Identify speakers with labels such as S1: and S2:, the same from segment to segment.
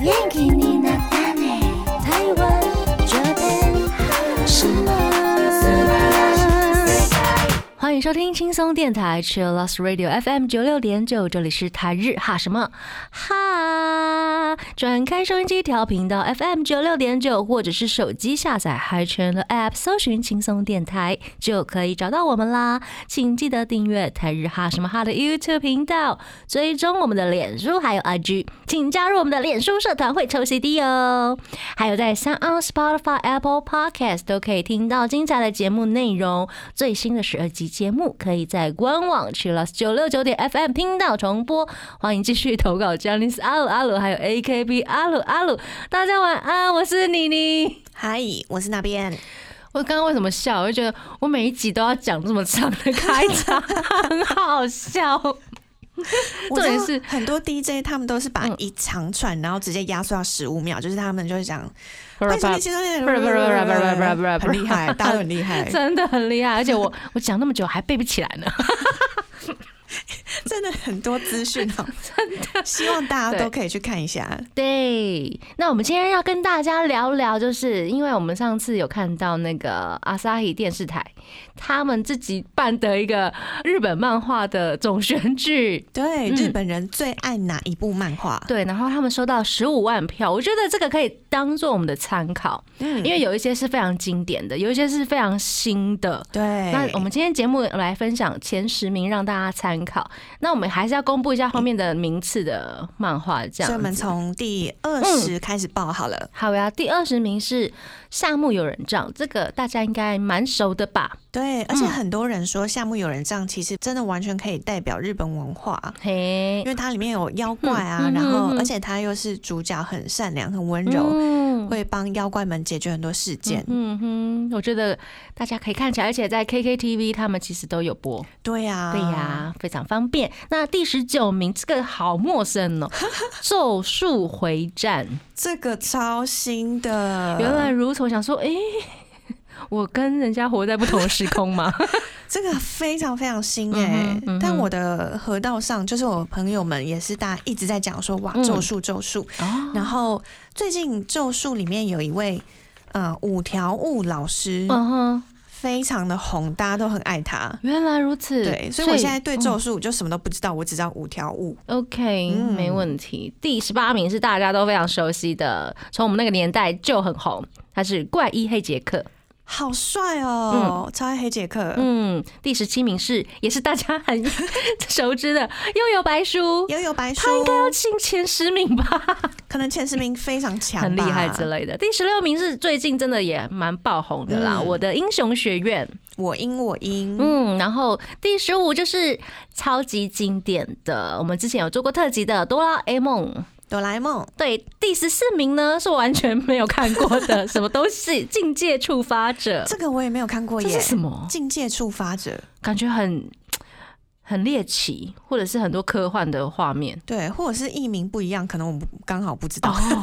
S1: 元気になったね台湾这边什么
S2: 欢迎收听轻松电台 Chillus Radio FM 九六点九，这里是台日哈什么哈。转开收音机调频道 FM 九六点九，或者是手机下载 Hi Channel App，搜寻轻松电台就可以找到我们啦。请记得订阅台日哈什么哈的 YouTube 频道，追踪我们的脸书还有 IG，请加入我们的脸书社团会抽 CD 哦。还有在 s o n Spotify、Apple Podcast 都可以听到精彩的节目内容。最新的十二集节目可以在官网 c h i l l s 九六九点 FM 听到重播。欢迎继续投稿 j a n i c e 阿鲁阿鲁，还有 AKB 阿鲁阿鲁。大家晚安，我是妮妮。
S3: 嗨，我是那边。
S2: 我刚刚为什么笑？我就觉得我每一集都要讲这么长的开场，很好 笑。
S3: 我知
S2: 重
S3: 道
S2: 点是
S3: 很多 DJ 他们都是把
S2: 嗯
S3: 一长串，然后直接压缩到十五秒，就是他们就是讲，很厉害，大家都很厉害，
S2: 真的很厉害，而且我 我讲那么久还背不起来呢。
S3: 真的很多资讯哦，真的，希望大家都可以去看一下。
S2: 对，那我们今天要跟大家聊聊，就是因为我们上次有看到那个阿萨伊电视台他们自己办的一个日本漫画的总选举，
S3: 对，
S2: 嗯
S3: 日本人最爱哪一部漫画？
S2: 对，然后他们收到十五万票，我觉得这个可以当做我们的参考，
S3: 嗯
S2: 因为有一些是非常经典的，有一些是非常新的。
S3: 对，
S2: 那我们今天节目来分享前十名，让大家参考。那我们还是要公布一下后面的名次的漫画，这样
S3: 所
S2: 子。
S3: 以我们从第二十开始报好了。
S2: 好呀，第二十名是夏目友人帐，这个大家应该蛮熟的吧？
S3: 对，而且很多人说夏目友人帐其实真的完全可以代表日本文化。
S2: 嘿
S3: 因，为它里面有妖怪啊，
S2: 嗯嗯
S3: 然后
S2: 嗯嗯
S3: 而且它又是主角很善良、很温柔，
S2: 嗯
S3: 会帮妖怪们解决很多事件。
S2: 嗯哼，我觉得大家可以看起来，而且在 KKTV 他们其实都有播，
S3: 对啊呀、
S2: 对呀、，非常方便。那第十九名这个好陌 生哦，《咒术回战
S3: 这个超新》的，
S2: 原来如此，我想说，诶，我跟人家活在不同时空 吗？
S3: 这个非常非常新哎、
S2: 嗯哼嗯哼
S3: 但我的河道上，就是我朋友们也是大家一直在讲说哇，
S2: 嗯
S3: 咒术咒术。
S2: 哦，
S3: 然后最近咒术里面有一位呃五条悟老师，
S2: 嗯哼，
S3: 非常的红，大家都很爱他。
S2: 原来如此。
S3: 对，所以我现在对
S2: 嗯
S3: 咒术就什么都不知道，我只知道五条悟。
S2: OK，、
S3: 嗯
S2: 没问题。第十八名是大家都非常熟悉的，从我们那个年代就很红，他是怪医黑杰克。
S3: 好帅哦，超爱黑杰克，
S2: 嗯，第十七名是也是大家很熟知的 悠悠白书，
S3: 也有白书，
S2: 要进前十名吧，
S3: 可能前十名非常强，
S2: 很厉害之。类的。第十六名是最近真的也蛮爆红的啦，
S3: 嗯
S2: 我的英雄学院。
S3: 我赢我赢，
S2: 嗯，然后第十五就是超级经典的，我们之前有做过特辑的《哆啦 A 梦》。
S3: 哆啦 A 梦，
S2: 对，第十四名呢是我完全没有看过的，什么都是《境界触发者
S3: 这》，个我也没有看 过
S2: 这
S3: 耶
S2: 是。什么？
S3: 境界触发者，
S2: 感觉很很猎奇，或者是很多科幻的画面。
S3: 对，或者是译名不一样，可能我们刚好不知道。
S2: 哦，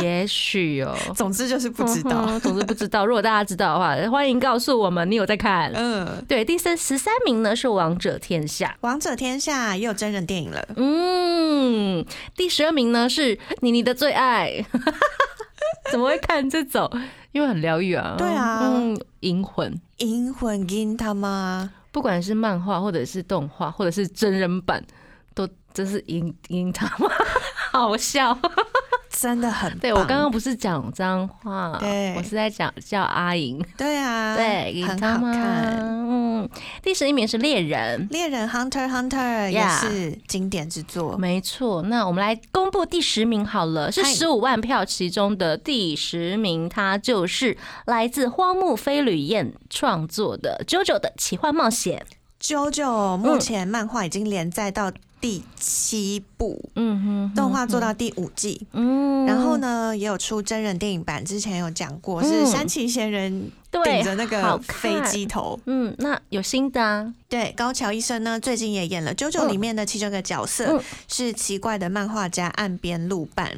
S2: 也 也许哦，
S3: 总之就是不知
S2: 嗯
S3: 道。
S2: 哼 总之不知道。如果大家知道的话，欢迎告诉我们你有在看。
S3: 嗯，
S2: 呃对，第三十三名呢是《王者天下》。
S3: 王者天下也有真人电影了，
S2: 嗯，第十二名呢是妮妮的最 爱，怎么会看这种？因为很疗愈啊。
S3: 对啊
S2: 嗯，银魂。
S3: 《银魂》金他妈，
S2: 不管是漫画或者是动画或者是真人版，都真是赢赢他们， 好笑。
S3: 真的很棒。
S2: 对我刚刚不是讲脏话，
S3: 对
S2: 我是在讲叫阿莹，
S3: 对啊，
S2: 对，赢
S3: 很
S2: 他
S3: 好
S2: 们
S3: 看。
S2: 嗯，第十一名是猎人。
S3: 猎人 Hunter x Hunter 也
S2: Yeah 嗯
S3: 是经典之作，
S2: 没错，那我们来公布第十名好了，是
S3: 哦嗨
S2: 十五万票其中的第十名，它就是来自荒木飞吕彦创作的《JoJo 的奇幻冒险》。
S3: JoJo 目前漫画已经连载到第七部，
S2: 嗯哼，
S3: 动画做到第五季，
S2: 嗯，
S3: 然后呢也有出真人电影版，之前有讲过
S2: 嗯
S3: 是山崎贤人
S2: 对
S3: 顶，着那
S2: 好
S3: 个
S2: 看
S3: 飞机头。
S2: 嗯，那有新的啊，
S3: 对，高桥医生呢最近也演了《JoJo》
S2: 嗯
S3: 里面的其中一个角色、
S2: 嗯
S3: 是奇怪的漫画家岸边露伴。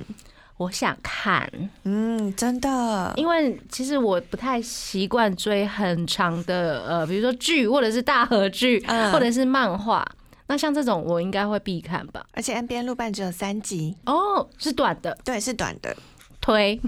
S2: 我想看，
S3: 嗯，真的，
S2: 因为其实我不太习惯追很长的，呃，比如说剧或者是大合剧，
S3: 嗯
S2: 或者是漫画。那像这种我应该会必看吧？
S3: 而且《岸边路伴》只有三集，
S2: 哦，是短的，
S3: 对，是短的。
S2: 推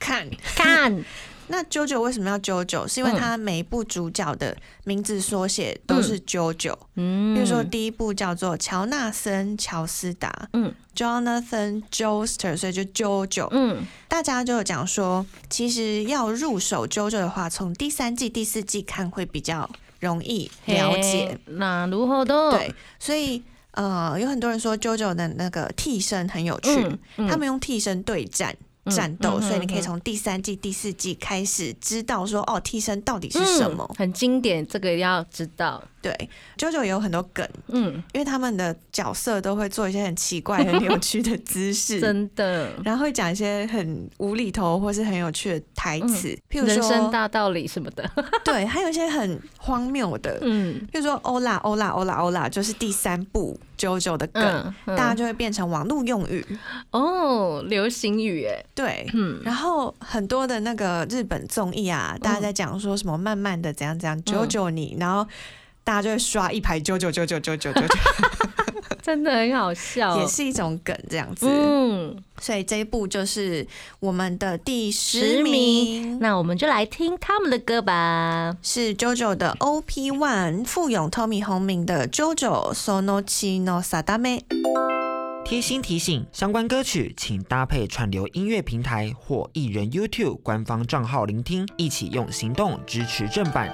S3: 看，
S2: 看，
S3: 那 JoJo 为什么要 JoJo？是因
S2: 嗯
S3: 为它每一部主角的名字缩写都是 JoJo。
S2: 嗯
S3: 比如说第一部叫做乔纳森·乔斯达，
S2: 嗯
S3: 嗯，Jonathan Joester，所以就 JoJo。
S2: 嗯，
S3: 大家就有讲说，其实要入手 JoJo 的话，从第三季、第四季看会比较容易了解。
S2: 嘿，那如何的？
S3: 对，所以呃，有很多人说 JoJo 的那个替身很有趣，
S2: 嗯，嗯
S3: 他们用替身对战。战斗，
S2: 嗯嗯
S3: 所以你可以
S2: 嗯
S3: 从第三季、第四季开始知道说，哦，替身到底是什么？
S2: 嗯很经典，这个一定要知道。
S3: 对，JoJo 也有很多梗，
S2: 嗯，
S3: 因为他们的角色都会做一些很奇怪、很有趣的姿势，
S2: 真的，
S3: 然后会讲一些很无厘头或是很有趣的台词，譬如
S2: 嗯人生
S3: 说，
S2: 大道理什么的。
S3: 对，还有一些很荒谬的，
S2: 嗯
S3: 譬如说欧啦欧啦欧啦欧啦，就是第三部 JoJo 的梗，
S2: 嗯，嗯
S3: 大家就会变成网络用语，
S2: 哦，流行语哎，
S3: 对。
S2: 嗯，
S3: 然后很多的那个日本综艺啊，大家在讲说什么慢慢的怎样怎样九九
S2: 嗯
S3: 你，然后大家就会刷一排九九九九九九九九，
S2: 真的很好笑，
S3: 也是一种梗这样子。
S2: 嗯，
S3: 所以这一部就是我们的第
S2: 十
S3: 十名，
S2: 那我们就来听他们的歌吧。
S3: 是 JoJo 的 OP One 富永 Tommy 红明的 JoJo Sonochi no Sadame。
S4: 贴心提醒：相关歌曲请搭配串流音乐平台或艺人 YouTube 官方账号聆听，一起用行动支持正版。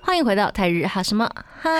S2: 欢迎回到泰日哈什么哈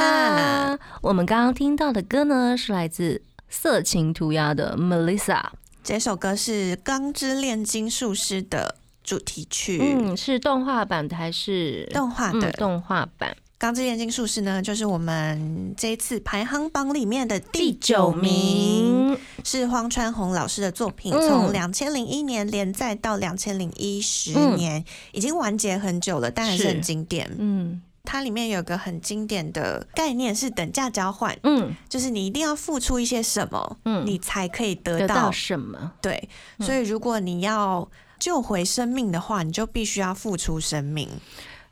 S3: 哈？
S2: 我们刚刚听到的歌呢，是来自色情涂鸦的 Melissa，
S3: 这首歌是《钢之炼金术师》的主题曲，
S2: 嗯，是动画版的还是
S3: 动画的
S2: 嗯动画版？
S3: 《钢之炼金术师》呢，就是我们这一次排行榜里面的第九
S2: 九
S3: 名，
S2: 名，
S3: 是荒川弘老师的作品，
S2: 嗯
S3: 从两千零一年连载到两千零一十
S2: 嗯
S3: 年，已经完结很久了，但还是
S2: 是
S3: 很经典。
S2: 嗯
S3: 它里面有个很经典的概念是等价交换，
S2: 嗯
S3: 就是你一定要付出一些什么，
S2: 嗯，
S3: 你才可以得
S2: 得
S3: 到
S2: 到。嗯什么？
S3: 对，所以如果你要救回生命的话，你就必须要付出生命。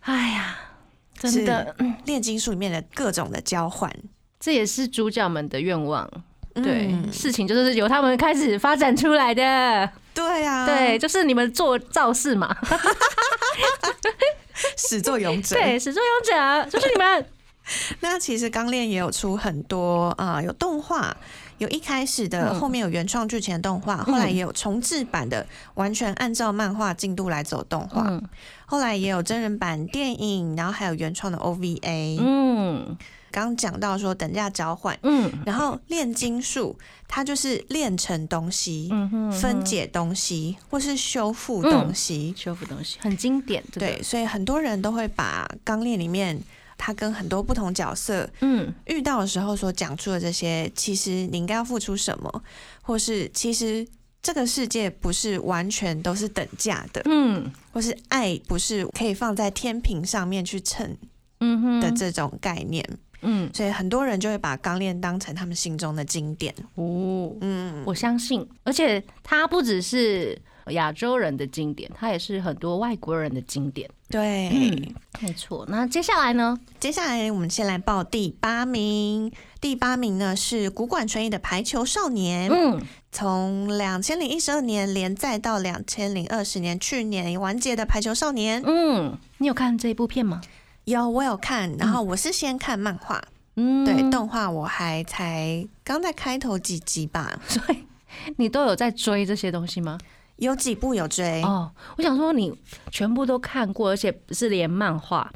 S2: 哎呀，真的，
S3: 炼金术里面的各种的交换，
S2: 这也是主角们的愿望。对，
S3: 嗯
S2: 事情就是由他们开始发展出来的。
S3: 对啊，
S2: 对，，就是你们做造势嘛。
S3: 始作俑者。
S2: 对，始作俑者就是你们。
S3: 那其实《钢炼》也有出很多啊、呃有动画，有一开始的，
S2: 嗯
S3: 后面有原创剧情的动画，后来也有重制版的，完全按照漫画进度来走动画，
S2: 嗯
S3: 后来也有真人版电影，然后还有原创的 OVA。
S2: 嗯
S3: 刚刚讲到说等价交换，
S2: 嗯
S3: 然后炼金术它就是炼成东西。
S2: 嗯嗯哼，
S3: 分解东西，或是修复东西，
S2: 修复东西很经典，这个
S3: 对，，所以很多人都会把《钢炼》里面他跟很多不同角色
S2: 嗯
S3: 遇到的时候所讲出的这些，其实你应该要付出什么，或是其实这个世界不是完全都是等价的，
S2: 嗯
S3: 或是爱不是可以放在天平上面去称
S2: 嗯哼
S3: 的这种概念，
S2: 嗯
S3: 所以很多人就会把钢炼当成他们心中的经典。
S2: 哦，
S3: 嗯，
S2: 我相信，而且它不只是亚洲人的经典，它也是很多外国人的经典。
S3: 对。
S2: 嗯，没错。那接下来呢？
S3: 接下来我们先来报第八名，第八名呢是古馆纯一的《排球少年》。
S2: 嗯
S3: 从两千零一十二年连载到两千零二十年，去年完结的《排球少年》
S2: 嗯，你有看这部片吗？
S3: 有我有看，然后我是先看漫画，
S2: 嗯，
S3: 对动画我还才刚在开头几集吧，
S2: 所以你都有在追这些东西吗？
S3: 有几部有追，
S2: 哦，我想说你全部都看过，而且是连漫画。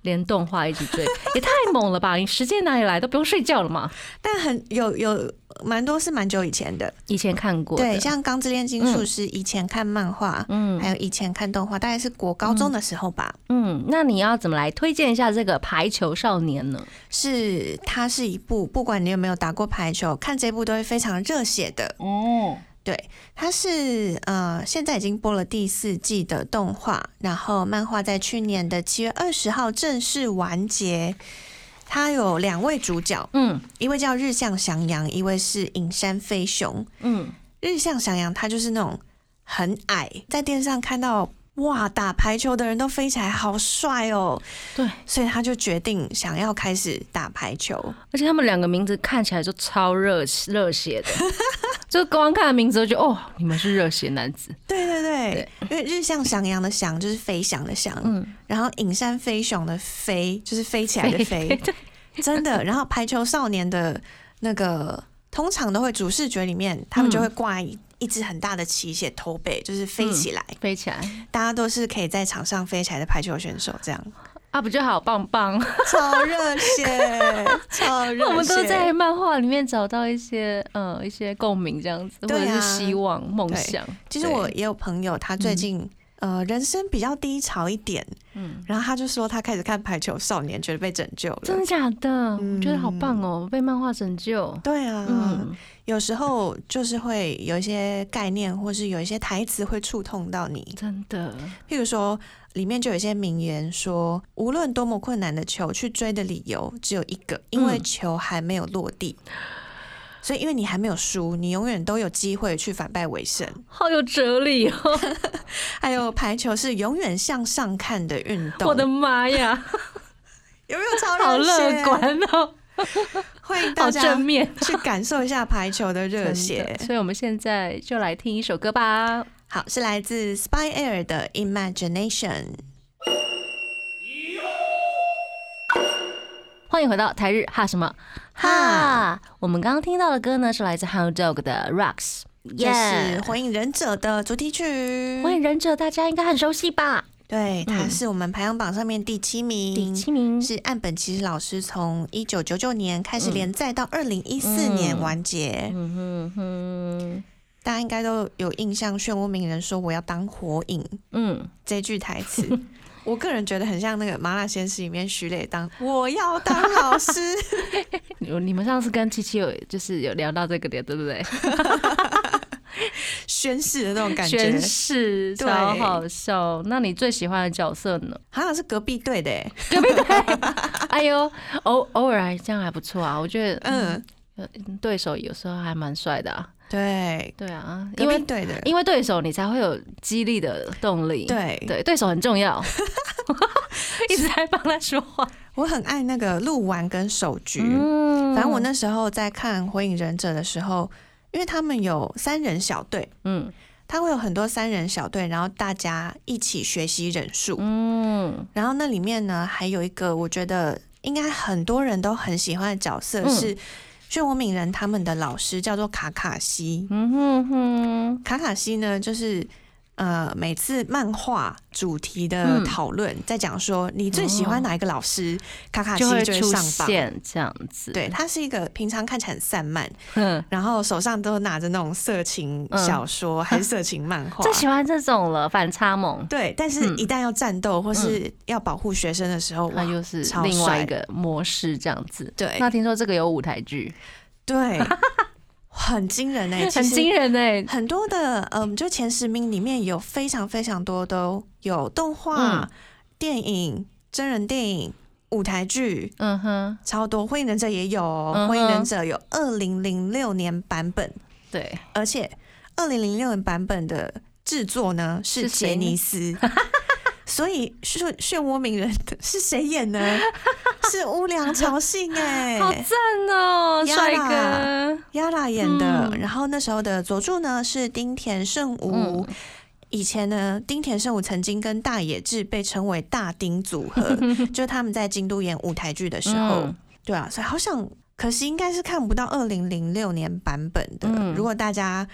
S2: 连动画一起 追，也太猛了吧！你时间哪里来？都不用睡觉了嘛？
S3: 但很有有蛮多是蛮久以前的，
S2: 以前看过的，
S3: 对，像《钢之炼金术师》以前看漫画，
S2: 嗯
S3: 还有以前看动画，大概是国高中的时候吧。
S2: 嗯，那你要怎么来推荐一下这个《排球少年》呢？
S3: 是，它是一部不管你有没有打过排球，看这部都会非常热血的。
S2: 哦，
S3: 对，它是呃，现在已经播了第四季的动画，然后漫画在去年的七月二十号正式完结。它有两位主角，
S2: 嗯
S3: 一位叫日向翔阳，一位是影山飞雄。
S2: 嗯
S3: 日向翔阳他就是那种很矮，在电视上看到哇，打排球的人都飞起来，好帅哦！
S2: 对，
S3: 所以他就决定想要开始打排球。
S2: 而且他们两个名字看起来就超热血热 血的，就光看名字我就觉得哦，你们是热血男子。
S3: 对对对，因为日向翔阳的翔就是飞翔的翔，
S2: 嗯，
S3: 然后隐山飞熊的飞就是飞起来的飞，
S2: 对
S3: 真的。然后排球少年的那个通常都会主视觉里面，他们就会挂一。一只很大的旗写头北，就是飞起来，
S2: 飞起来
S3: 大家都是可以在场上飞起来的排球选手，这样
S2: 啊，不就好棒棒？
S3: 超热 血，超热血。
S2: 我们都在漫画里面找到一些呃一些共鸣，这样子，或
S3: 对啊
S2: 者是希望、梦想。
S3: 其实我也有朋友，他最近、呃人生比较低潮一点，
S2: 嗯，
S3: 然后他就说他开始看《排球少年》，觉得被拯救
S2: 真
S3: 了
S2: 的。假的？
S3: 嗯
S2: 我觉得好棒哦，被漫画拯救。
S3: 对啊，
S2: 嗯，
S3: 有时候就是会有一些概念，或是有一些台词会触痛到你。
S2: 真的，
S3: 譬如说，里面就有一些名言说：“无论多么困难的球，去追的理由只有一个，因为
S2: 嗯
S3: 球还没有落地。所以，因为你还没有输，你永远都有机会去反败为胜。
S2: 好有哲理哦！
S3: 还有，排球是永远向上看的运动。
S2: 我的妈呀，
S3: 有没有超
S2: 好
S3: 热血
S2: 乐？观哦，
S3: 欢迎大
S2: 好
S3: 家
S2: 正面，
S3: 去感受一下排球的热血
S2: 真的。所以我们现在就来听一首歌吧。
S3: 好，是来自 Spy Air 的 Imagination。
S2: 欢迎回到台日哈什么哈
S3: 哈？
S2: 我们刚刚听到的歌呢，是来自 Hound Dog 的 Rocks，
S3: 这是《
S2: 耶！
S3: 火影忍者》的主题曲
S2: 火。影忍者大家应该很熟悉吧？
S3: 对，它
S2: 嗯
S3: 是我们排行榜上面第七名。
S2: 第七名
S3: 嗯是岸本齐史老师从一九九九年开始
S2: 嗯
S3: 连载到二零一四年完结，
S2: 嗯哼哼，
S3: 大家应该都有印象。漩涡鸣人说：“我要当火影。
S2: 嗯，”
S3: 这句台 词，我个人觉得很像那个《麻辣鲜师》里面徐磊 当“我要当老师”。
S2: 你你们上次跟七七有就是有聊到这个点，对不对？
S3: 宣誓的那种感觉
S2: 宣。誓
S3: 对
S2: 超好笑。那你最喜欢的角色呢？
S3: 好像是隔壁队的、欸，
S2: 对不对？哎呦，偶偶尔还这样还不错啊，我觉得嗯，
S3: 嗯，
S2: 对手有时候还蛮帅的啊。
S3: 对，
S2: 对啊，
S3: 隔
S2: 因
S3: 壁
S2: 为
S3: 队的，
S2: 因为对手你才会有激励的动力。
S3: 对，
S2: 对，对手很重 要。一直在帮他说话。
S3: 我很爱那个鹿丸跟手鞠。
S2: 嗯
S3: 反正我那时候在看《火影忍者》的时候，因为他们有三人小队，
S2: 嗯
S3: 他会有很多三人小队，然后大家一起学习忍术。
S2: 嗯
S3: 然后那里面呢，还有一个我觉得应该很多人都很喜欢的角色
S2: 嗯
S3: 是漩涡鸣人他们的老师，叫做卡卡西。
S2: 嗯哼哼，
S3: 卡卡西呢，就是呃，每次漫画主题的
S2: 嗯哦
S3: 讨论，在讲说你最喜欢哪一个老师，卡卡西
S2: 就会
S3: 就会
S2: 出
S3: 上榜。
S2: 现这样子。
S3: 对，他是一个平常看起来很散漫，
S2: 哼，
S3: 然后手上都拿着那种色情
S2: 嗯
S3: 小说、还是色情漫画
S2: 最。喜欢这种了，反差萌。
S3: 对，但是
S2: 嗯
S3: 一旦要战斗或是要保护学生的时候，
S2: 那
S3: 哇，
S2: 又是
S3: 超
S2: 另外一
S3: 帅哎
S2: 个模式这样子。
S3: 对
S2: 那听说这个有舞台剧，
S3: 对，很惊人 哎、欸，
S2: 很惊
S3: 人。
S2: 人哎、
S3: 很多的，嗯，就前十名里面有非常非常多都有动画、
S2: 嗯
S3: 电影、真人电影、舞台剧，
S2: 嗯哼，
S3: 超多。火影忍者也有哦，
S2: 嗯哼
S3: 火影忍者有二零零六年版本，
S2: 对，
S3: 而且二零零六年版本的制作呢是
S2: 是谁
S3: 杰
S2: 呢
S3: 尼斯。所以漩漩涡鸣人的是谁演呢？ 是乌梁朝信哎、
S2: 好赞哦、
S3: 呀
S2: 帅
S3: 啦
S2: 哥。
S3: Yara 演的。
S2: 嗯
S3: 然后那时候的佐助呢是丁田圣武。
S2: 嗯
S3: 以前呢，丁田圣武曾经跟大野智被称为大丁组 合，就他们在京都演舞台剧的时候，
S2: 嗯
S3: 对啊，所以好想，可惜应该是看不到二零零六年版本的。
S2: 嗯
S3: 如果大家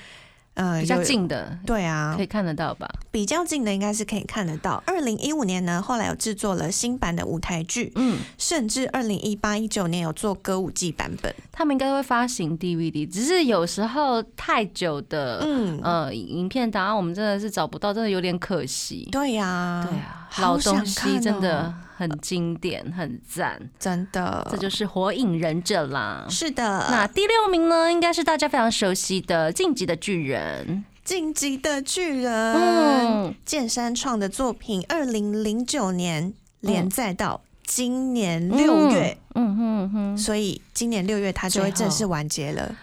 S3: 呃
S2: 比较
S3: 有
S2: 近的
S3: 对啊
S2: 可以，看得到吧？
S3: 比较近的应该是可以看得到。二零一五年呢，后来有制作了新版的舞台剧，
S2: 嗯，
S3: 甚至二零一八一九年有做歌舞伎版本。
S2: 他们应该会发行 DVD，只是有时候太久的、
S3: 嗯，
S2: 呃影片档案，我们真的是找不到，真的有点可惜。
S3: 对呀、
S2: 对啊，
S3: 好
S2: 老东
S3: 想看
S2: 西
S3: 哦
S2: 真的很经典，很赞，
S3: 真的，
S2: 这就是《火影忍者》啦。
S3: 嗯是啊的。
S2: 那第六名呢，应该是大家非常熟悉的《晋级的巨人》。
S3: 晋级的巨人，
S2: 嗯，
S3: 剑山创的作品，二零零九年连载到今年
S2: 嗯
S3: 六月，，
S2: 嗯哼哼，
S3: 所以今年六月它就会
S2: 最后
S3: 正式完结了，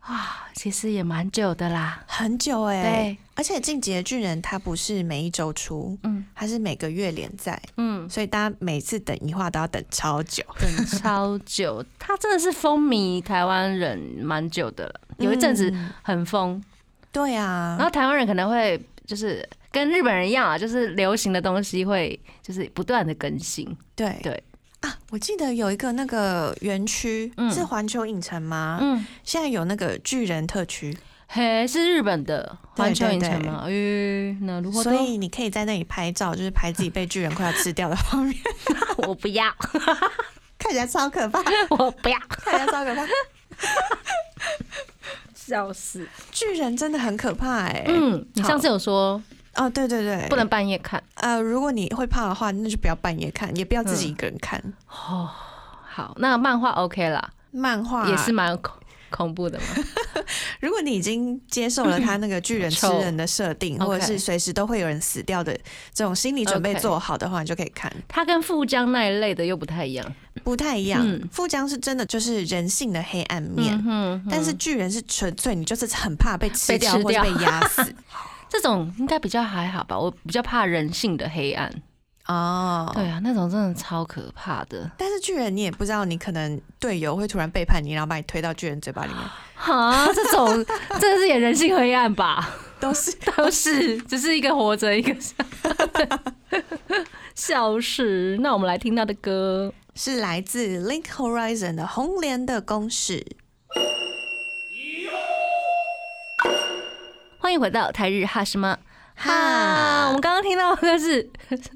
S2: 啊，其实也蛮久的啦。
S3: 很久哎、
S2: 对，
S3: 而且《进击的巨人》它不是每一周出，
S2: 嗯
S3: 它是每个月连载，
S2: 嗯，
S3: 所以大家每次等一话都要等超久。
S2: 等超久，他真的是风靡台湾人蛮久的了， 有一阵子
S3: 嗯
S2: 很疯，
S3: 对
S2: 然
S3: 啊，
S2: 后台湾人可能会就是跟日本人一样啊，就是流行的东西会就是不断的更新。
S3: 对
S2: 对
S3: 啊，我记得有一个那个园区、
S2: 嗯
S3: 是环球影城吗？
S2: 嗯，
S3: 现在有那个巨人特区，
S2: 嘿，是日本的
S3: 对
S2: 环球影
S3: 对
S2: 城
S3: 对
S2: 嘛？咦，那如何
S3: 所 以你可以在那里拍照，就是拍自己被巨人快要吃掉的 画面，
S2: 我不要，
S3: 看起来超可怕，
S2: 我不要，
S3: 看起来超可怕。
S2: 笑死。
S3: 巨人真的很可怕哎、
S2: 嗯，你上次有说
S3: 哦，对对对，
S2: 不能半夜看
S3: 呃，如果你会怕的话，那就不要半夜看，也不要自
S2: 嗯
S3: 己一个人看。
S2: 哦。好，那漫画 OK 啦，
S3: 漫画
S2: 也是，蛮恐恐怖的嘛。
S3: 如果你已经接受了他那个巨人吃人的设定，
S2: 臭
S3: 或
S2: 嗯
S3: 者
S2: OK
S3: 是随时都会有人死掉的这种心理准备
S2: OK
S3: 做好的话，你就可以看。
S2: 它跟富江那一类的又不太一样。
S3: 不太一样
S2: 嗯，
S3: 富江是真的就是人性的黑暗面，
S2: 嗯哼，
S3: 但是巨人是纯粹你就是很怕被吃
S2: 被
S3: 掉
S2: 吃
S3: 或
S2: 掉
S3: 者被压 死
S2: 这种应该比较还好吧，我比较怕人性的黑暗。
S3: 哦。
S2: 对啊，那种真的超可怕的。
S3: 但是巨人你也不知道，你可能队友会突然背叛你，然后把你推到巨人嘴巴 里面，
S2: 哈，这 种真的是也人性黑暗吧？
S3: 都是
S2: 都是，只是一个活着，一个死。 笑死！那我们来听他的歌，
S3: 是来自 Link Horizon 的《红莲的公式》。
S2: 欢迎回到台日哈什么哈。我
S3: 哈
S2: 们，刚刚听到的歌是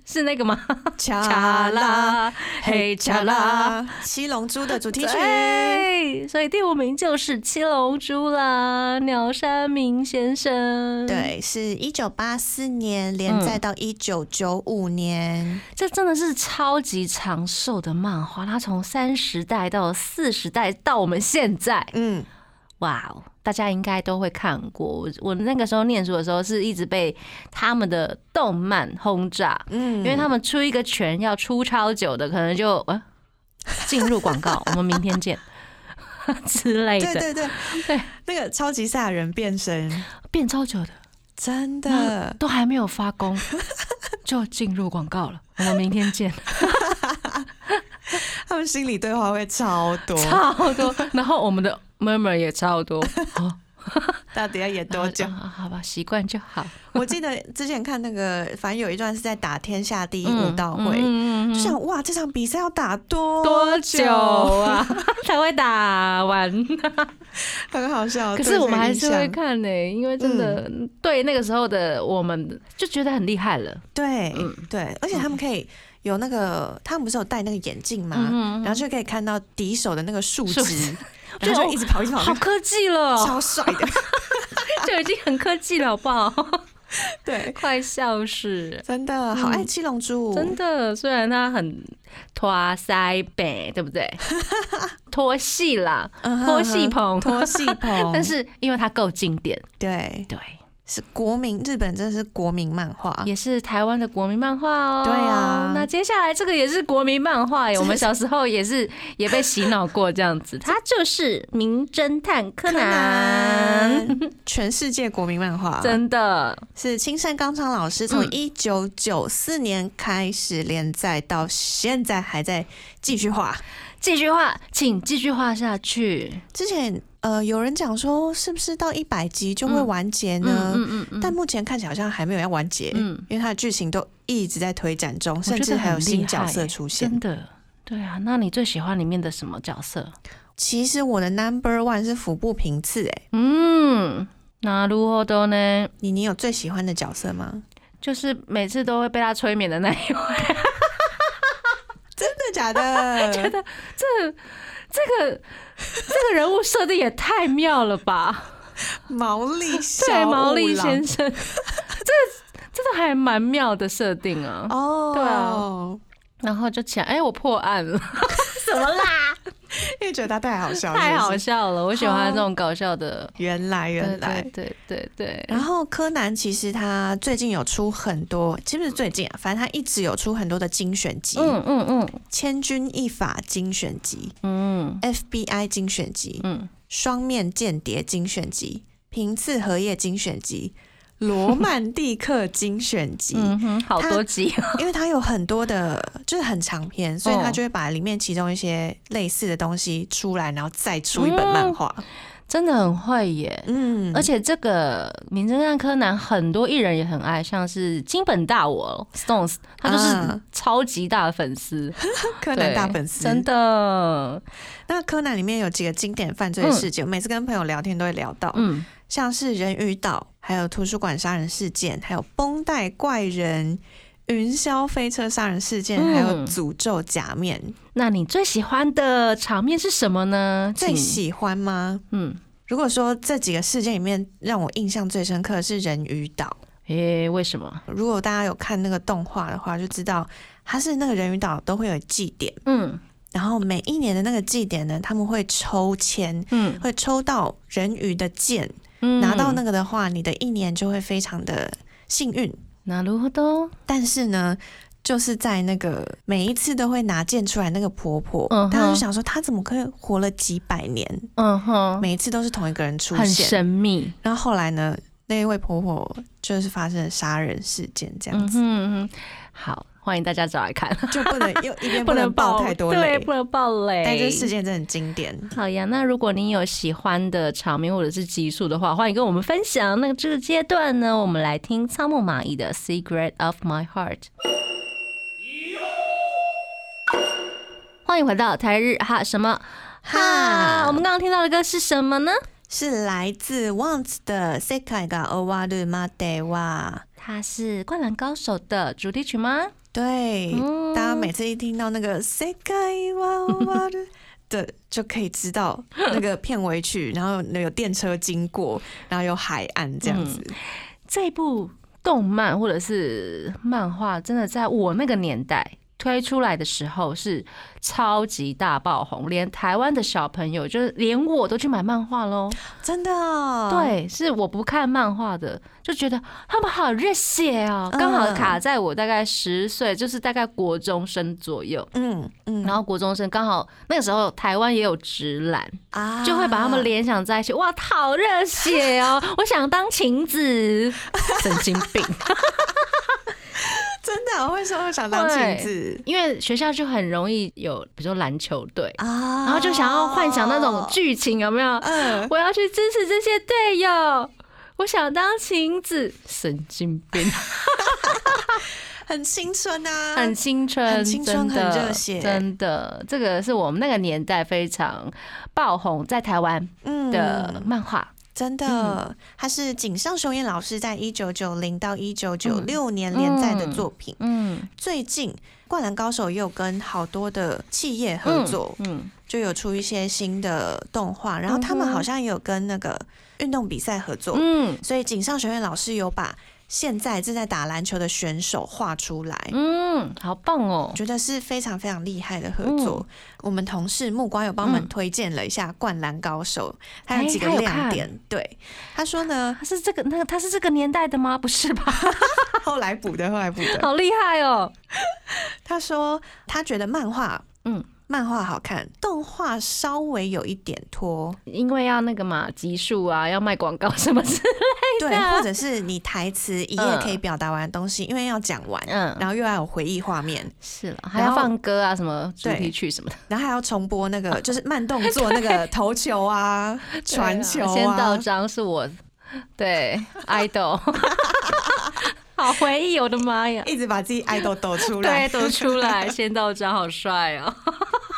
S2: 是那个吗？
S3: 恰啦
S2: 嘿恰啦，，
S3: 七龙珠的主题曲。
S2: 对，所以第五名就是《七龙珠》啦，鸟山明先生。，
S3: 对，是一九八四年连载到一九九五年，
S2: 这真的是超级长寿的漫画，它从三十代到四十代到我们现在，
S3: 嗯，
S2: 哇哦，大家应该都会看过。我我那个时候念书的时候，是一直被他们的动漫轰炸，
S3: 嗯
S2: 因为他们出一个拳要出超久的，可能就呃进入广告，我们明天见 之类
S3: 对
S2: 的，
S3: 对对
S2: 对，
S3: 那个超级赛亚人变身，
S2: 变超久的，
S3: 真
S2: 然后
S3: 的
S2: 都还没有发功。就进入广告了，我们明天见。
S3: 他们心理对话会超多，
S2: 超多，哦然后我们的 murmur 也超多，哦
S3: 到底要演多久
S2: 然？后就啊好吧，习惯就好。
S3: 我记得之前看那个，反正有一段是在打天下第一武道会，
S2: 嗯 嗯嗯嗯
S3: 就想哇，这场比赛要打多
S2: 多久啊才会打完？
S3: 很好笑。
S2: 可
S3: 哦对
S2: 是我们还是
S3: 这个
S2: 会
S3: 印象
S2: 看呢、因为真的
S3: 嗯
S2: 对那个时候的我们就觉得很厉害了。
S3: 对、
S2: 嗯
S3: 对，而且他们可以有那个，他们不是有戴那个眼镜吗？
S2: 嗯嗯嗯
S3: 然后就可以看到敌手的那个数
S2: 数
S3: 值
S2: 值，
S3: 然后
S2: 就
S3: 就一直跑一直跑，
S2: 好科技了，
S3: 哦超帅的。
S2: 就已经很科技了，好不好？
S3: 对，
S2: 快笑死！
S3: 真的好爱
S2: 嗯
S3: 七龙珠，
S2: 真的，虽然它很拖腮呗，对不 对？拖戏啦，
S3: 嗯哼
S2: 拖戏
S3: 嗯哼
S2: 棚，
S3: 拖戏棚，
S2: 但是因为它够经典，
S3: 对，
S2: 对，
S3: 是国民日本真的是国民漫画，
S2: 也是台湾的国民漫画哦。
S3: 对啊
S2: 那接下来这个也是国民漫画 耶，
S3: 这
S2: 我们小时候也是也被洗脑过这样 子。它就是名侦探柯
S3: 柯
S2: 南，
S3: 南全世界国民漫画，
S2: 真的
S3: 是青山刚昌老师从
S2: 嗯
S3: 一九九四年开始连载到现在还在继续画。
S2: 继续画，请继续画下去。
S3: 之前呃有人讲说是不是到一百集就会完结呢？
S2: 嗯嗯
S3: 但目前看起来好像还没有要完结，
S2: 嗯，
S3: 因为它的剧情都一直在推展中，
S2: 觉
S3: 甚
S2: 得
S3: 至还有
S2: 很厉
S3: 新角
S2: 害
S3: 色
S2: 耶
S3: 出现
S2: 真。的。对啊，那你最喜欢里面的什么角色？
S3: 其实我的 number one 是服部平次，哎，
S2: 嗯，那如何多呢？
S3: 你你有最喜欢的角色吗？
S2: 就是每次都会被他催眠的那一位。
S3: 真的假 的？真的
S2: 这个这个人物设定也太妙了吧？
S3: 毛利小
S2: 对，毛利
S3: 五郎
S2: 先 生，这真的还蛮妙的设定啊。
S3: 哦，
S2: 对 啊，然后就起来，哎、我破案了，什么啦？
S3: 因为觉得他太好笑了，
S2: 太好
S3: 是不是。
S2: 笑哦了，我喜欢这种搞笑的。
S3: 原来原来
S2: 对，对对对对
S3: 然后柯南其实他最近有出很多，其实不是最近啊，反正他一直有出很多的精选集，
S2: 嗯嗯嗯
S3: 千钧一发》精选集、
S2: 嗯
S3: FBI 精选集、
S2: 嗯，
S3: 双面间谍精选集、平次荷叶精选集、罗曼蒂克精选集》
S2: 嗯哼，好
S3: 它
S2: 多集，
S3: 因为它有很多的，就是很长篇，所以它
S2: 哦
S3: 就会把里面其中一些类似的东西出来，然后再出一本漫画。
S2: 真的很会耶。
S3: 嗯，
S2: 嗯而且这个《名侦探柯南》很多艺人也很爱，像是金本大我 Stones，他就是
S3: 嗯
S2: 超级大的粉丝，
S3: 柯
S2: 柯
S3: 南大粉丝
S2: 真。的，
S3: 那柯南里面有几个经典犯罪事件，我每次跟朋友聊天都会聊到，
S2: 嗯，
S3: 像是人鱼岛，还有图书馆杀人事件，还有绷带怪人。云霄飞车杀人事件，
S2: 嗯
S3: 还有诅咒假面，
S2: 那你最喜欢的场面是什么呢？
S3: 最
S2: 请，
S3: 喜欢吗？
S2: 嗯，
S3: 如果说这几个事件里面让我印象最深刻的是人鱼岛，
S2: 诶、为什么？
S3: 如果大家有看那个动画的话，就知道它是那个人鱼岛都会有祭典，
S2: 嗯
S3: 然后每一年的那个祭典呢，他们会抽签，
S2: 嗯
S3: 会抽到人鱼的剑，
S2: 嗯，
S3: 拿到那个的话，你的一年就会非常的幸运。
S2: なるほど，
S3: 但是呢，就是在那个每一次都会拿剑出来那个婆婆，
S2: 嗯哼
S3: 大家就想说她怎么可以活了几百年？
S2: 嗯哼，
S3: 每一次都是同一个人出
S2: 很
S3: 现。
S2: 神秘，
S3: 然后后来呢，那一位婆婆就是发生了杀人事件，这样
S2: 嗯
S3: 子、
S2: 哼嗯哼，好，欢迎大家找来看，
S3: 就不能又一边
S2: 能
S3: 能爆太多
S2: 对，
S3: 雷
S2: 不。能爆雷，
S3: 但这事件真的很经典。
S2: 好呀，那如果你有喜欢的场面或者是集数的话，欢迎跟我们分享。那这个阶段呢，我们来听仓木麻衣的《Secret of My Heart》。欢迎回到台日哈什么哈？
S3: 哈
S2: 我们刚刚听到的歌是什么呢？
S3: 是来自 Once 的《世界が終わるまでは》。
S2: 它是《灌篮高手》的主题曲吗？
S3: 对，
S2: 嗯
S3: 大家每次一听到 那个 s e k a wa wa 的的，就可以知道那个片尾曲，然后有电车经过，然后有海岸这样子。
S2: 嗯这部动漫或者是漫画，真的在我那个年代推出来的时候是超级大爆红，连台湾的小朋友，就是连我都去买漫画喽。
S3: 真的、哦，，
S2: 对，是我不看漫画的，就觉得他们好热血哦，
S3: 嗯
S2: 刚好卡在我大概十岁，就是大概国中生左右。
S3: 嗯嗯，
S2: 然后国中生刚好那个时候台湾也有直男，
S3: 啊
S2: 就会把他们联想在一起。哇，好热血 哦！我想当晴子，神经病。
S3: 真的、我会说我想当
S2: 对
S3: 晴子
S2: 因为学校就很容易有，比如说篮球队，
S3: 啊，
S2: 然后就想要幻想那种，剧情，有没有？
S3: 嗯，
S2: 我要去支持这些队友，我想当晴子，神经 病，
S3: 很青春啊，
S2: 很青春，
S3: 很青春
S2: 真的
S3: 很热血
S2: 真的，这个是我们那个年代非常爆红在台湾
S3: 嗯
S2: 的嗯漫画。
S3: 真的，它是井上雄彦老师在一九九零到一九九六年连载的作品。
S2: 嗯
S3: 最近《灌篮高手》又跟好多的企业合作，
S2: 嗯，
S3: 就有出一些新的动画，然后他们好像也有跟那个运动比赛合作，
S2: 嗯
S3: 所以井上学院老师有把现在正在打篮球的选手画出来。
S2: 嗯，好棒哦！
S3: 觉得是非常非常厉害的合作。
S2: 嗯
S3: 我们同事木瓜有帮我们推荐了一下《灌篮高手》它有几个
S2: 哎他有
S3: 亮
S2: 看
S3: 点。对，他说呢，
S2: 他是这个那个他是这个年代的吗？不是吧？
S3: 后来补的，后来补的。
S2: 好厉害哦！
S3: 他说他觉得漫画，
S2: 嗯
S3: 嗯，漫画好看，动画稍微有一点拖，
S2: 因为要那个嘛集数啊，要卖广告什么之
S3: 对，
S2: 啊
S3: 或者是你台词一页可以表达完的东西，因为要讲完，
S2: 嗯，
S3: 然后又要有回忆画面，
S2: 是了，还
S3: 然
S2: 要
S3: 后
S2: 放歌啊，什么主题
S3: 对
S2: 曲什么的，
S3: 然后还要重播 那个就是慢动作那个投球啊、传球
S2: 先到
S3: 啊。
S2: 章是我 对 idol，好回忆，我的妈呀！
S3: 一直把自己爱豆抖出
S2: 对，
S3: 来。
S2: 走出来，先到章好帅哦，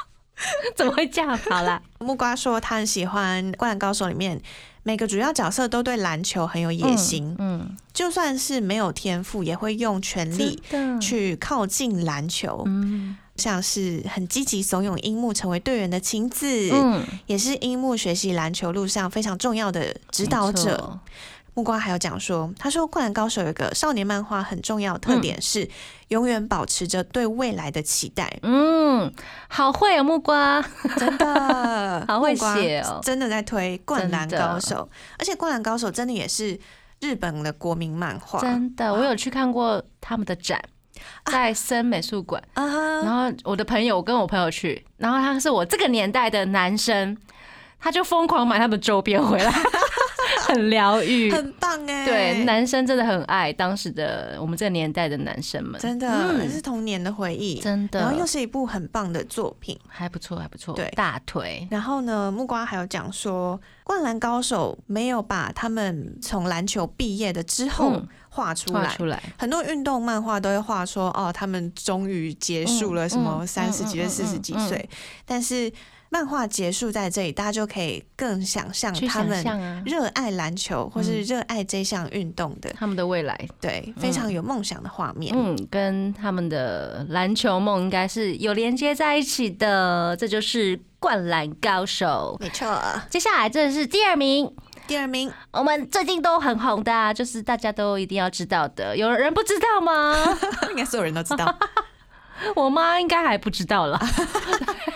S2: 怎么会这样？好啦，
S3: 木瓜说他很喜欢《灌篮高手》里面每个主要角色都对篮球很有野心，
S2: 嗯，
S3: 就算是没有天赋，也会用全力
S2: 真的，
S3: 去靠近篮球。
S2: 嗯
S3: 像是很积极怂恿樱木成为队员的晴子，
S2: 嗯，
S3: 也是樱木学习篮球路上非常重要的指
S2: 没
S3: 导者。
S2: 错，。
S3: 木瓜还有讲说，他说《灌篮高手》有个少年漫画很重要的特点是，永远保持着对未来的期待
S2: 嗯，好会哦，木瓜，
S3: 真的，
S2: 好会
S3: 木瓜
S2: 写哦
S3: 真的在推《灌篮
S2: 真的
S3: 高手》，而且《灌篮高手》真的也是日本的国民漫画
S2: 真的，我有去看过他们的展，在森美术馆。
S3: 啊哈。
S2: 然后我的朋友，我跟我朋友去，然后 他是我这个年代的男生，他就疯狂买他们周边回来，很疗愈。
S3: 很棒哎、
S2: 对，男生真的很爱当时的我们这个年代的男生们，
S3: 真的、
S2: 嗯
S3: 这是童年的回忆，
S2: 真的
S3: 然后又是一部很棒的作品。
S2: 还不错，还不错。
S3: 对
S2: 大腿
S3: 然后呢，木瓜还有讲说，《灌篮高手》没有把他们从篮球毕业的之后
S2: 嗯
S3: 画出
S2: 画
S3: 来。
S2: 出来，
S3: 很多运动漫画都会画说，哦，他们终于结束了
S2: 嗯
S3: 什么
S2: 嗯
S3: 三十几
S2: 嗯嗯
S3: 岁、四十几
S2: 嗯嗯
S3: 岁，但是漫画结束在这里，大家就可以更想象
S2: 去
S3: 嗯他
S2: 想
S3: 们
S2: 象嗯啊，
S3: 热爱篮球或是热爱这项运动的，
S2: 他们的未来。
S3: 对，非常有梦想的画面。
S2: 嗯，跟他们的篮球梦应该是有连接在一起的，这就是《灌篮高手
S3: 没错，》。
S2: 接下来这是第二名，
S3: 第二 名
S2: 我们最近都很红的、啊，就是大家都一定要知道的。有人不知道吗？
S3: 应该所有人都知道
S2: 我妈应该还不知道啦。
S3: 啊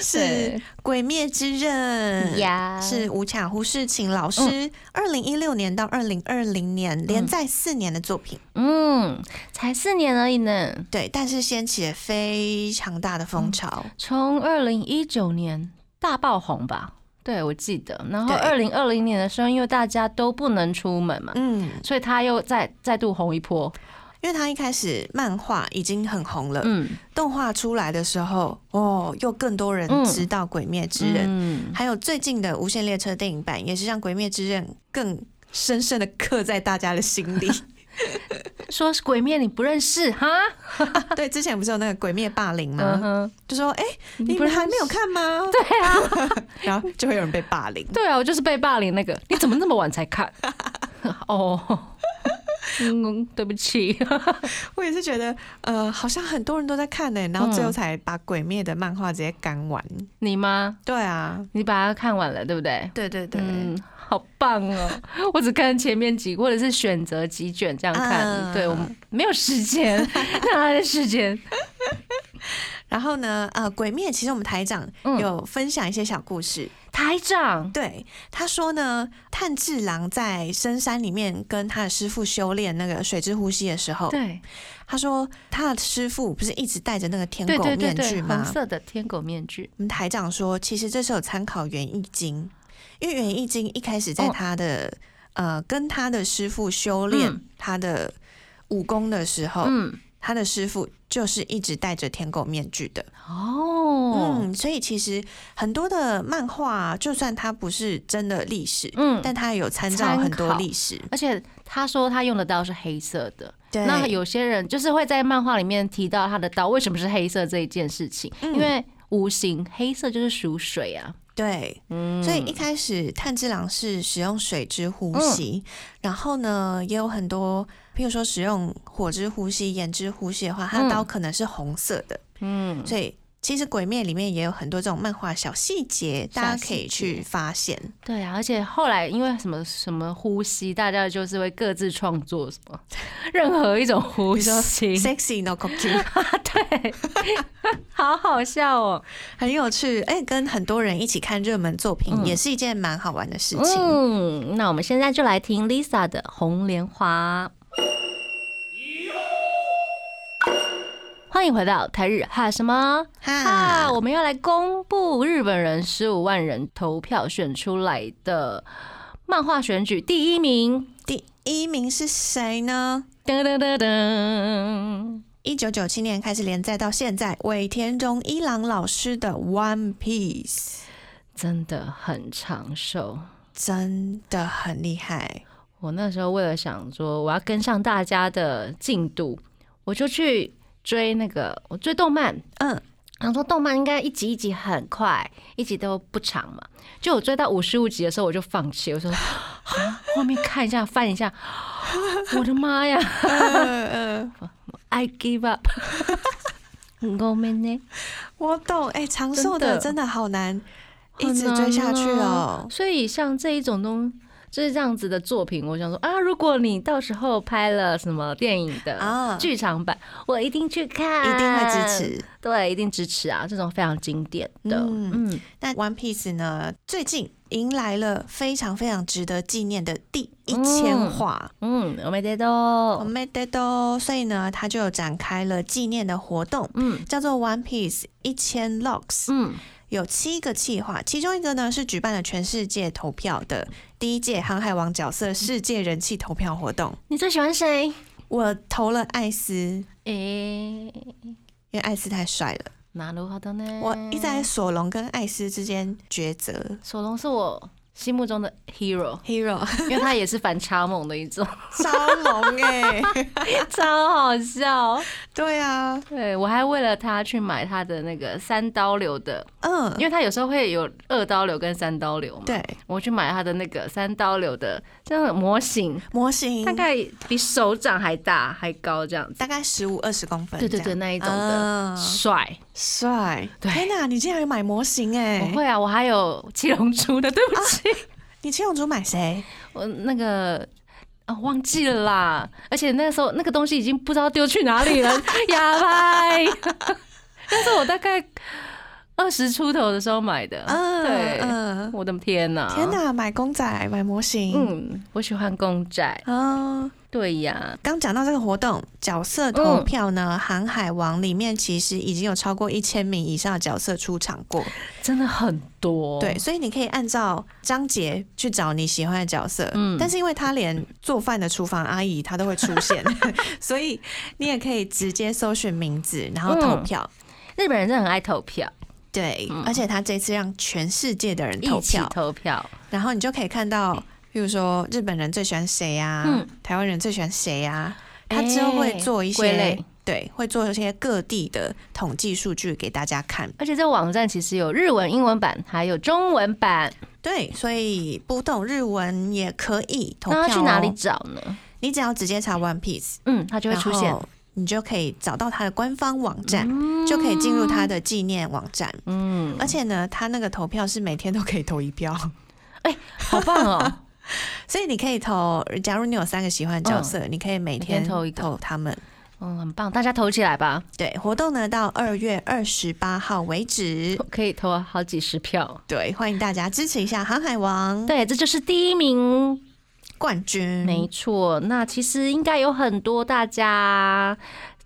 S3: 是《
S2: 对
S3: 鬼灭之刃》
S2: 呀
S3: 是吴卡胡世琴
S2: 嗯
S3: 老师二零一六年到二零二零年连载四年的作品，
S2: 嗯，才四年而已呢，
S3: 对，但是掀起了非常大的风潮。
S2: 从二零一九年大爆红吧。对，我记得。然后
S3: 对
S2: 二零二零年的时候，因为大家都不能出门嘛，
S3: 嗯，
S2: 所以他又再再度红一波。
S3: 因为他一开始漫画已经很红了，
S2: 嗯，
S3: 动画出来的时候，哦，又更多人
S2: 嗯
S3: 知道《鬼灭之刃》
S2: 嗯
S3: 还有最近的《无限列车》电影版，也是让《鬼灭之刃》更深深的刻在大家的 心里。
S2: 说是鬼面你不认识哈？
S3: 对，之前不是有那个《鬼灭霸凌》
S2: 嗯
S3: 吗？
S2: 哼，
S3: 就说，哎、你
S2: 不
S3: 们
S2: 认识
S3: 还没有看吗？
S2: 对啊，
S3: 然后就会有人被霸凌。
S2: 对啊，我就是被霸凌那个。你怎么那么晚才看？ 哦，嗯，对不起。
S3: 我也是觉得，呃，好像很多人都在看呢、然后
S2: 嗯
S3: 最后才把《鬼灭》的漫画直接赶完。
S2: 你吗？
S3: 对啊，
S2: 你把它看完了，对不对？
S3: 对对对，
S2: 嗯，好棒哦！我只看前面几，或者是选择几卷这样看。
S3: 啊
S2: 对我们没有时 间，哪来的时间？
S3: 然后呢，呃，《鬼灭》其实我们台长
S2: 嗯
S3: 有分享一些小故事。
S2: 台长，
S3: 对，他说呢，炭治郎在深山里面跟他的师傅修炼那个水之呼吸的时候，
S2: 对
S3: 他说他的师傅不是一直戴着那个天
S2: 对
S3: 狗
S2: 对对
S3: 面具
S2: 对，
S3: 吗？
S2: 红色的天狗面具。
S3: 我们台长说，其实这是有参考《园艺经》，因为《园艺经》一开始在
S2: 哦
S3: 他的、呃跟他的师傅修炼
S2: 嗯
S3: 他的武功的时候，
S2: 嗯，
S3: 他的师傅就是一直戴着天狗面具的。
S2: 哦，
S3: 嗯，所以其实很多的漫画、就算它不是真的历史，
S2: 嗯
S3: 但它有参照
S2: 参
S3: 很多
S2: 考
S3: 历史。
S2: 而且他说他用的刀是黑色的，
S3: 对，
S2: 那有些人就是会在漫画里面提到他的刀为什么是黑色这一件事情，
S3: 嗯
S2: 因为无形黑色就是属水啊，
S3: 对，
S2: 嗯，
S3: 所以一开始炭治郎是使用水之呼
S2: 嗯
S3: 吸，然后呢，也有很多，譬如说使用火之呼吸、炎之呼吸的话，它
S2: 嗯
S3: 的刀可能是红色的，
S2: 嗯，
S3: 所以。其实《鬼灭》里面也有很多这种漫画小细节，
S2: 小
S3: 大家可以
S2: 细节
S3: 去发现。
S2: 对啊，而且后来因为什么什么呼吸，大家就是会各自创作什么 任何一种呼
S3: 比如说
S2: 吸，
S3: Sexy no cookie
S2: 对， 好好笑哦，
S3: 很有趣，哎、跟很多人一起看热门作品、也是一件蛮好玩的事情。
S2: 嗯，那我们现在就来听 Lisa 的《红莲华》。欢迎回到台日哈什么哈？
S3: 哈，
S2: 我们要来公布日本人十五万人投票选出来的漫画选举第一名。
S3: 第一名是谁呢？
S2: 噔噔噔噔，
S3: 一九九七年开始连载到现在，尾田荣一郎老师的《One Piece》
S2: 真的很长寿。
S3: 真的很厉害。
S2: 我那时候为了想说我要跟上大家的进度，我就去追那个我追动漫，
S3: 嗯，
S2: 然后说动漫应该一集一集很快，一集都不长嘛。就我追到五十五集的时候，我就放弃， 我说啊，后面看一下，翻一下， 我的妈呀
S3: 嗯
S2: ！I give up 。 我们呢，
S3: 我懂。哎、长寿
S2: 真
S3: 的
S2: 的
S3: 真的好难，一直追下去
S2: 很难啊
S3: 哦。
S2: 所以像这一种东，就是这样子的作品，我想说啊，如果你到时候拍了什么电影
S3: 啊
S2: 的剧场版，我一定去看，
S3: 一定会支，持。
S2: 对，一定支持啊！这种非常经典的，
S3: 嗯
S2: 嗯
S3: 那《One Piece》呢？最近迎来了非常非常值得纪念的第一千话，
S2: 嗯，我没得
S3: 我
S2: 到。
S3: 们得都。所以呢，他就展开了纪念的活动，
S2: 嗯
S3: 叫做《One Piece 一千 Locks》。
S2: 嗯
S3: 有七个企划，其中一个呢是举办了全世界投票的第一届航海王角色世界人气投票活动。
S2: 你最喜欢谁？
S3: 我投了艾斯，因
S2: 诶、
S3: 为艾斯太帅了。
S2: 哪路好的呢？
S3: 我一直
S2: 嗯
S3: 在索隆跟艾斯之间抉择。
S2: 索隆是我心目中的 hero，
S3: Hero
S2: 因为他也是反差萌的一种，
S3: 超萌哎、
S2: 超好笑。
S3: 对啊，
S2: 对我还为了他去买他的那个三刀流的，
S3: 嗯
S2: 因，为他有时候会有二刀流跟三刀流嘛。，
S3: 对，
S2: 我去买他的那个三刀流的这样的模型，
S3: 模型
S2: 大概比手掌还大还高这样子。
S3: 大概十五二十公分，
S2: 对对对，，那一种的
S3: 嗯
S2: 帅，
S3: 帅、
S2: 对
S3: 天哪，你竟然有买模型哎、
S2: 我会啊，我还有七龙珠的，对不起，
S3: 你七龙珠买谁？
S2: 我那个。啊、忘记了啦！而且那个时候那个东西已经不知道丢去哪 里了，哑巴。 但是我大概二十出头的时候买的，
S3: 嗯，
S2: 啊对，
S3: 嗯，
S2: 我的天哪！
S3: 天！哪，买公仔，买模型，
S2: 嗯，我喜欢公仔。
S3: 嗯。
S2: 对呀，
S3: 刚讲到这个活动角色投票呢，航海王》里面其实已经有超过一千名以上的角色出场过，
S2: 真的很多。
S3: 对，，所以你可以按照章节去找你喜欢的角色。
S2: 嗯
S3: 但是因为他连做饭的厨房阿姨她都会出 现，所以你也可以直接搜寻名字，然后
S2: 嗯
S3: 投票。
S2: 日本人真的很爱投票，
S3: 对，
S2: 嗯
S3: 而且他这次让全世界的人投
S2: 一起
S3: 票，
S2: 投票。
S3: 然后你就可以看到，比如说日本人最喜欢谁呀、
S2: 嗯哎
S3: 台湾人最喜欢谁呀、他之后会做一些、
S2: 归类，
S3: 对，会做一些各地的统计数据给大家看。
S2: 而且这个网站其实有日文、英文版，还有中文版。
S3: 对，所以不懂日文也可以投票、
S2: 那
S3: 哦。
S2: 要去哪里？找呢？
S3: 你只要直接查 One Piece
S2: 嗯，它就会出现
S3: 然。后你就可以找到它的官方网站，就可以进入它的纪念网站。
S2: 嗯，
S3: 而且呢，它那个投票是每天都可以投一票，
S2: 好棒哦！
S3: 所以你可以投。假如你有三个喜欢的角色，你可以每
S2: 嗯每
S3: 天
S2: 天投一个
S3: 投他们。
S2: 嗯，很棒，大家投起来吧，
S3: 对，活动呢到二月二十八号为止。
S2: 可以投好几十票。
S3: 对，欢迎大家支持一下《航海王》
S2: 对，这就是第一名。
S3: 冠军。
S2: 没错，那其实应该有很多大家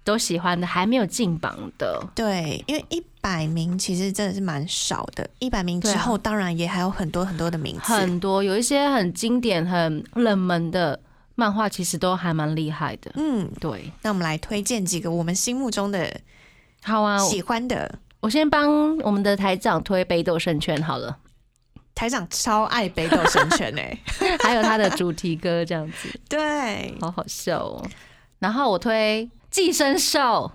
S2: 都喜欢的，还没有进榜的。
S3: 对，因为一百名其实真的是蛮少的，一百名
S2: 对
S3: 之
S2: 啊
S3: 后当然也还有很多很多的名次。
S2: 很多有一些很经典、很冷门的漫画，其实都还蛮厉害的。
S3: 嗯，
S2: 对，
S3: 那我们来推荐几个我们心目中的
S2: 好啊，我
S3: 喜欢的。
S2: 我先帮我们的台长推北斗神拳好了，
S3: 台长超爱北斗神拳 诶、
S2: 还有他的主题歌这样 子，
S3: 对，
S2: 好好笑哦。然后我推寄生兽，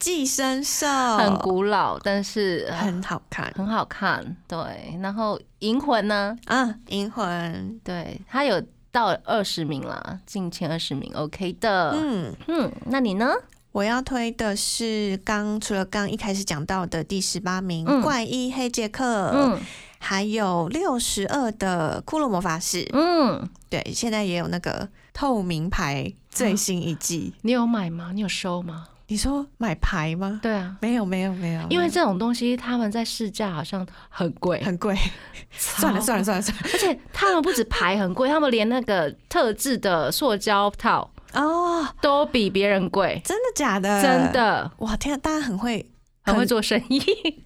S3: 寄生兽
S2: 很古老，但是
S3: 很好看。
S2: 很好看。对，然后银魂呢？
S3: 嗯，银魂，
S2: 对，他有到二十名啦，进前二十名，OK 的。嗯
S3: 嗯，
S2: 那你呢？
S3: 我要推的是刚除了刚一开始讲到的第十八名、
S2: 嗯
S3: 怪医黑杰克，
S2: 嗯
S3: 还有六十二的骷髅魔法使，
S2: 嗯，
S3: 对，现在也有那个透明牌最新一季。
S2: 你有买吗？你有收吗？
S3: 你说买牌吗？
S2: 对啊，
S3: 没有，没有，没有，
S2: 因为这种东西他们在市价好像很贵，
S3: 很贵。 算了，算了，算了，算了。
S2: 而且他们不止牌很 贵，他们连那个特制的塑胶套
S3: 哦，
S2: 都比别人贵，
S3: 真的假的？
S2: 真。的
S3: 哇，天啊，大家很会。
S2: 呃很会做生意。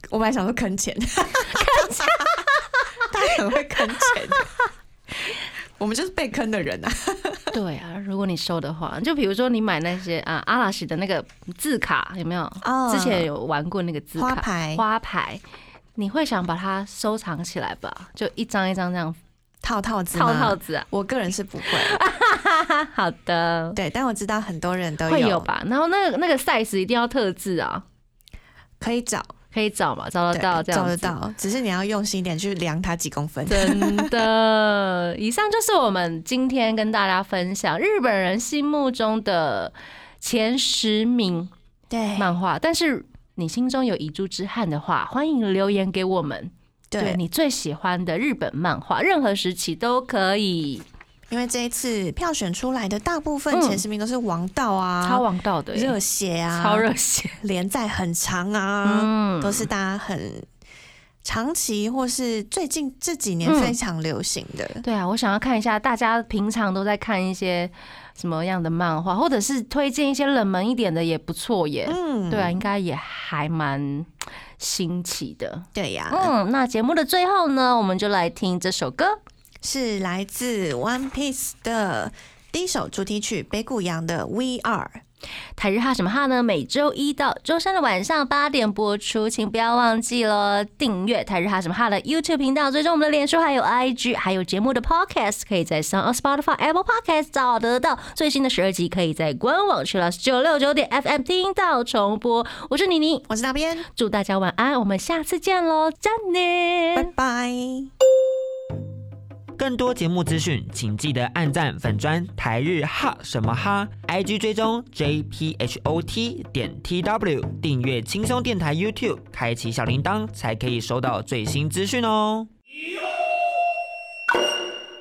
S3: 我本来想说坑钱， 坑钱， 大家很会坑 钱。我们就是被坑的人啊。
S2: 对啊，如果你收的话，就比如说你买那些啊阿拉西的那个字卡，有没有？
S3: 哦
S2: 之前有玩过那个字卡
S3: 花牌
S2: 花牌，你会想把它收藏起来吧？就一张一张这样
S3: 套套子，
S2: 套套。子啊。
S3: 我个人是不会，
S2: 好的，
S3: 对，但我知道很多人都
S2: 会有吧？然后那个那个 size 一定要特制啊，
S3: 可以找，
S2: 可以找嘛？找得
S3: 对
S2: 到这样
S3: 找得
S2: 子。
S3: 到，只是你要用心一点去量它几公分。
S2: 真的， 以上就是我们今天跟大家分享日本人心目中的前十名
S3: 对
S2: 漫画，但是你心中有遗珠之憾的话，欢迎留言给我们。
S3: 对，
S2: 你最喜欢的日本漫画，任何时期都可以，
S3: 因为这一次票选出来的大部分
S2: 嗯
S3: 前十名都是王道啊，
S2: 超王道的耶，
S3: 热血
S2: 嗯
S3: 啊，
S2: 超热血，
S3: 连载很长啊，
S2: 嗯，
S3: 都是大家很长期或是最近这几年
S2: 嗯
S3: 非常流行的。
S2: 对啊，我想要看一下大家平常都在看一些什么样的漫画，或者是推荐一些冷门一点的也不错耶。
S3: 嗯，
S2: 对啊，应该也还蛮兴起的。
S3: 对呀、
S2: 嗯，那节目的最后呢，我们就来听这首歌。
S3: 是来自 One Piece 的第一首主题曲《北谷洋》的《We Are》。
S2: 台日哈什么哈呢？每周一到周三的晚上八点播出，请不要忘记了订阅台日哈什么哈的 YouTube 频道，追踪我们的脸书还有 IG，还有节目的 Podcast，可以在 s o u n Spotify、Apple Podcast 找得到最新的十二集，可以在官网去了九六九点 FM 听到重播。我是妮妮，
S3: 我是那边，
S2: 祝大家晚安，我们下次见喽，再
S3: 拜
S2: 见。
S3: 拜。
S4: 更多节目资讯，请记得按赞粉砖台日哈什么哈，IG 追踪 JPHOT 点 TW，订阅轻松电台 YouTube，开启小铃铛才可以收到最新资讯哦。